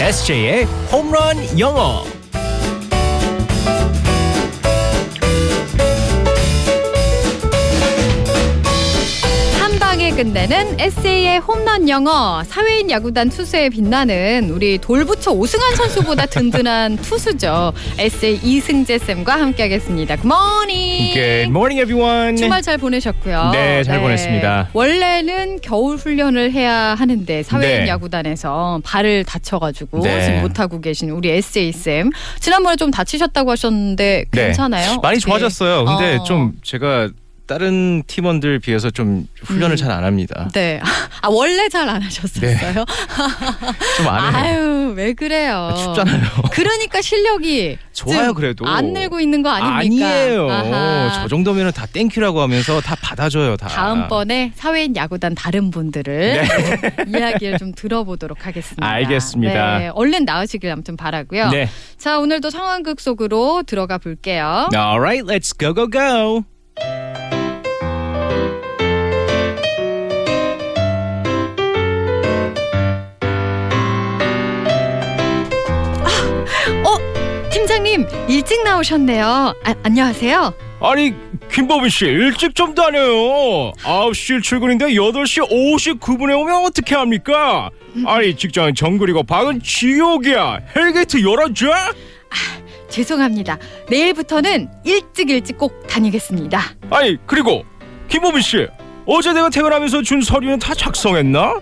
SJ의 홈런 영어. 한 방에 끝내는 SA의 홈런 영어 사회인 야구단 투수에 빛나는 우리 돌부처 오승환 선수보다 든든한 투수죠 SA 이승재 쌤과 함께하겠습니다. 굿모닝. Good morning, everyone. 주말 잘 보내셨고요. 네, 잘 보냈습니다. 원래는 겨울 훈련을 해야 하는데 사회인 네. 야구단에서 발을 다쳐가지고 네. 지금 못 하고 계신 우리 SA 쌤 지난번에 좀 다치셨다고 하셨는데 네. 괜찮아요? 많이 어떻게? 좋아졌어요. 근데 어. 좀 제가 다른 팀원들 비해서 좀 훈련을 음. 잘 안 합니다. 네. 아 원래 잘 안 하셨었어요? 네. 좀 안 해요. 아유 왜 그래요? 춥잖아요. 그러니까 실력이 좋아요, 지금 그래도. 안 늘고 있는 거 아닙니까? 아니에요. 아하. 저 정도면 다 땡큐라고 하면서 다 받아줘요. 다. 다음번에 사회인 야구단 다른 분들을 이야기를 좀 들어보도록 하겠습니다. 네. 알겠습니다. 네, 얼른 나으시길 아무튼 바라고요. 네. 자 오늘도 상황극 속으로 들어가 볼게요. All right, let's go go go. 네. 어 팀장님 일찍 나오셨네요. 아, 안녕하세요. 아니 김범희 씨 일찍 좀 다녀요. 9시 출근인데 8시 59분에 오면 어떻게 합니까? 아니 직장은 정글이고 방은 지옥이야. 헬게이트 열어줘. 죄송합니다. 내일부터는 일찍 일찍 꼭 다니겠습니다. 아니 그리고 김범희 씨 어제 내가 퇴근하면서 준 서류는 다 작성했나?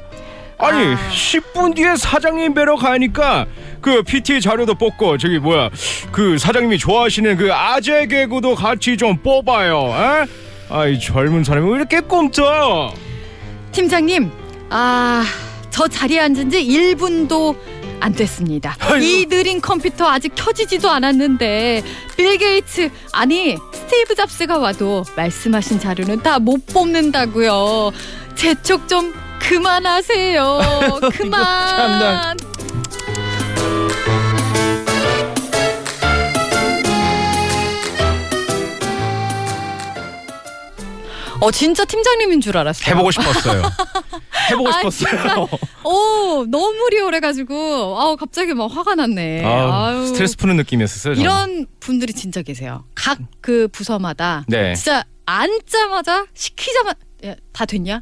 아니 아. 10분 뒤에 사장님 뵈러 가니까 그 PT 자료도 뽑고 저기 뭐야 그 사장님이 좋아하시는 그 아재 개구도 같이 좀 뽑아요. 에? 아이 젊은 사람이 왜 이렇게 꼼짝? 팀장님, 아, 저 자리에 앉은 지 1분도 안 됐습니다. 아이고. 이 느린 컴퓨터 아직 켜지지도 않았는데 빌 게이츠 아니 스티브 잡스가 와도 말씀하신 자료는 다 못 뽑는다고요. 재촉 좀 그만하세요. 참나. 그만. 어 진짜 팀장님인 줄 알았어요. 해보고 싶었어요. 해보고 아, 싶었어요. 오 너무 리얼해가지고 아우 갑자기 막 화가 났네. 아우, 아유, 스트레스 푸는 느낌이었어요. 저는. 이런 분들이 진짜 계세요. 각 그 부서마다 네. 진짜 앉자마자 시키자마자 야, 다 됐냐?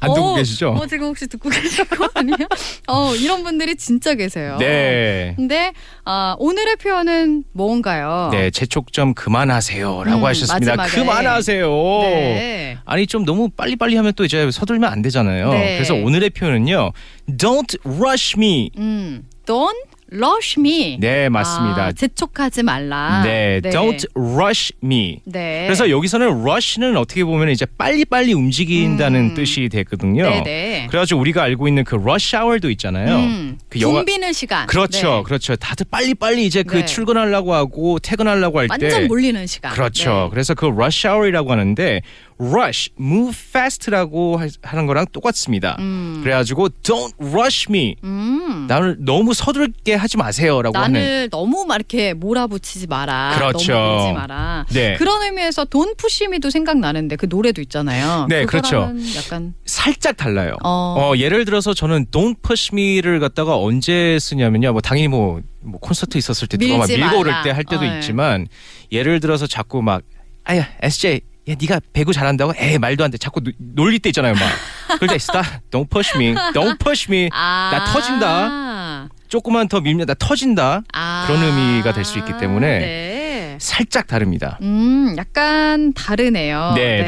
안 듣고 어, 계시죠? 어 지금 혹시 듣고 계신 거 아니에요? 어 이런 분들이 진짜 계세요. 네. 근데 아, 오늘의 표현은 뭔가요? 네, 재촉 좀 그만하세요라고 음, 하셨습니다. 마지막에. 그만하세요. 네. 아니 좀 너무 빨리빨리 하면 또 이제 서둘면 안 되잖아요. 네. 그래서 오늘의 표현은요. Don't rush me. 음, don't rush me. 네, 맞습니다. 아, 재촉하지 말라. 네, don't rush me. 네. 그래서 여기서는 rush는 어떻게 보면 이제 빨리빨리 움직인다는 음. 뜻이 되거든요. 네네. 그래가지고 우리가 알고 있는 그 rush hour도 있잖아요. 음, 그 영화 붐비는 시간. 그렇죠, 네. 그렇죠. 다들 빨리 빨리 이제 그 네. 출근하려고 하고 퇴근하려고 할 때. 완전 몰리는 시간. 그렇죠. 네. 그래서 그 rush hour이라고 하는데 rush, move fast라고 하- 하는 거랑 똑같습니다. 그래가지고 don't rush me. 음. 나를 너무 서두르게 하지 마세요라고 하는. 나를 너무 막 이렇게 몰아붙이지 마라. 그렇죠. 너무 밀지 마라. 네. 그런 의미에서 돈 푸시미도 생각나는데 그 노래도 있잖아요. 네, 그거랑은 약간 살짝 달라요. 어. 어, 예를 들어서 저는 don't push me를 갖다가 언제 쓰냐면요. 뭐 당연히 뭐, 뭐 콘서트 있었을 때 누가 막 밀지 밀고 오를 마라. 때 할 때도 어, 예. 있지만 예를 들어서 자꾸 막 아야 SJ 야 네가 배구 잘한다고 에이 말도 안 돼 자꾸 노- 놀릴 때 있잖아요 막 그럴 때 있다 don't push me don't push me 아. 나 터진다. 조금만 더 밀면 나 터진다 아. 그런 의미가 될수 있기 때문에 네. 살짝 다릅니다 음, 약간 다르네요. 네,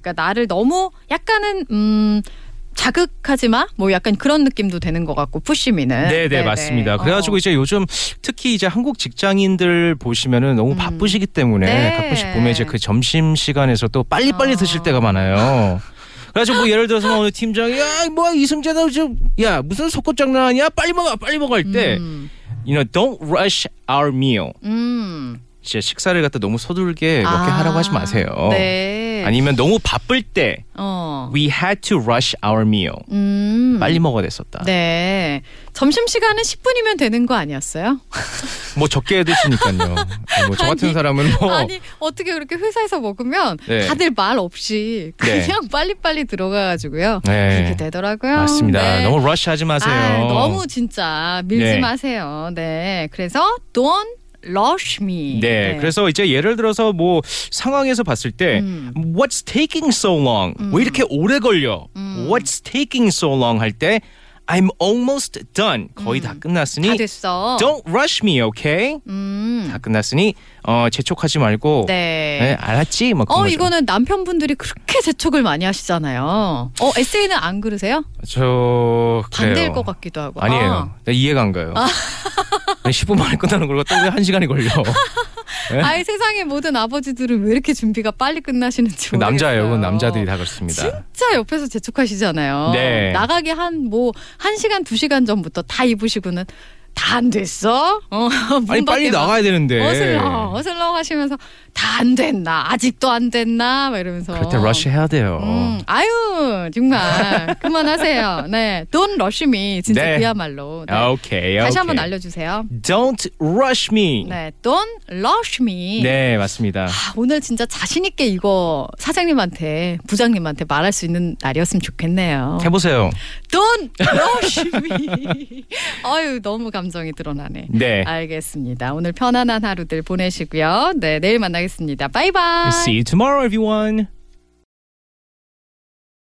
그러니까 나를 너무 약간은 음 자극하지 마. 뭐 약간 그런 느낌도 되는 것 같고 푸시미는. 네네 맞습니다. 그래가지고 어. 이제 요즘 특히 이제 한국 직장인들 보시면은 너무 음. 바쁘시기 때문에 네. 가끔씩 보면 이제 그 점심 시간에서 또 빨리빨리 어. 드실 때가 많아요. 그래가지고 뭐 예를 들어서 오늘 팀장이 야뭐 이승재다 좀야 무슨 속고장난하냐 빨리 먹어 빨리 먹어 할 때 음. you know don't rush our meal 음. 진짜 식사를 갖다 너무 서둘게 아, 먹게 하라고 하지 마세요. 네. 네. 아니면 너무 바쁠 때 어. we had to rush our meal. 음. 빨리 먹어야 됐었다. 네. 점심 시간은 10분이면 되는 거 아니었어요? 뭐 적게 드시니까요. 뭐 저 같은 아니, 사람은 뭐 아니 어떻게 그렇게 회사에서 먹으면 네. 다들 말 없이 네. 그냥 빨리빨리 들어가가지고요. 네. 그렇게 되더라고요. 맞습니다. 네. 너무 러시하지 마세요. 아, 너무 진짜 밀지 네. 마세요. 네. 그래서 don't rush me. 네, 그래서 이제 예를 들어서 뭐 상황에서 봤을 때 음. What's taking so long? 왜 이렇게 오래 걸려? 음. What's taking so long? 할 때 I'm almost done. 거의 다 끝났으니 음. 다 됐어. Don't rush me, okay? 음. 다 끝났으니 어, 재촉하지 말고 네. 네, 알았지? 막 그런 어 거죠. 이거는 남편분들이 그렇게 재촉을 많이 하시잖아요. 어 에세이는 안 그러세요? 저 그래요. 반대일 것 같기도 하고. 아니에요. 나 이해가 안 가요. 10분 만에 끝나는 걸로 또한 시간이 걸려. 네? 아, 예 세상의 모든 아버지들은 왜 이렇게 준비가 빨리 끝나시는지 그건 모르겠어요. 남자예요. 그건 남자들이 다 그렇습니다. 진짜 옆에서 재촉하시잖아요. 네. 나가기 한 뭐 한 시간 두 시간 전부터 다 입으시고는 다 안 됐어? 어, 문 아니 빨리 밖에 막 나가야 되는데. 어슬렁 어슬렁 하시면서 다 안 됐나 아직도 안 됐나 막 이러면서 그럴 때 러쉬 해야 돼요. 음, 아유 정말 그만하세요. 네, 돈 러쉬미 진짜 네. 그야말로. 네. 아, 오케이. 다시 오케이. 한번 알려주세요. Don't rush me. 네, 돈 러쉬미. 네, 맞습니다. 아, 오늘 진짜 자신 있게 이거 사장님한테 부장님한테 말할 수 있는 날이었으면 좋겠네요. 해보세요. 돈 러쉬미. 아유 너무 감정이 드러나네. 네. 알겠습니다. 오늘 편안한 하루들 보내시고요. 네, 내일 만나겠습니다. 바이바이. See you tomorrow, everyone.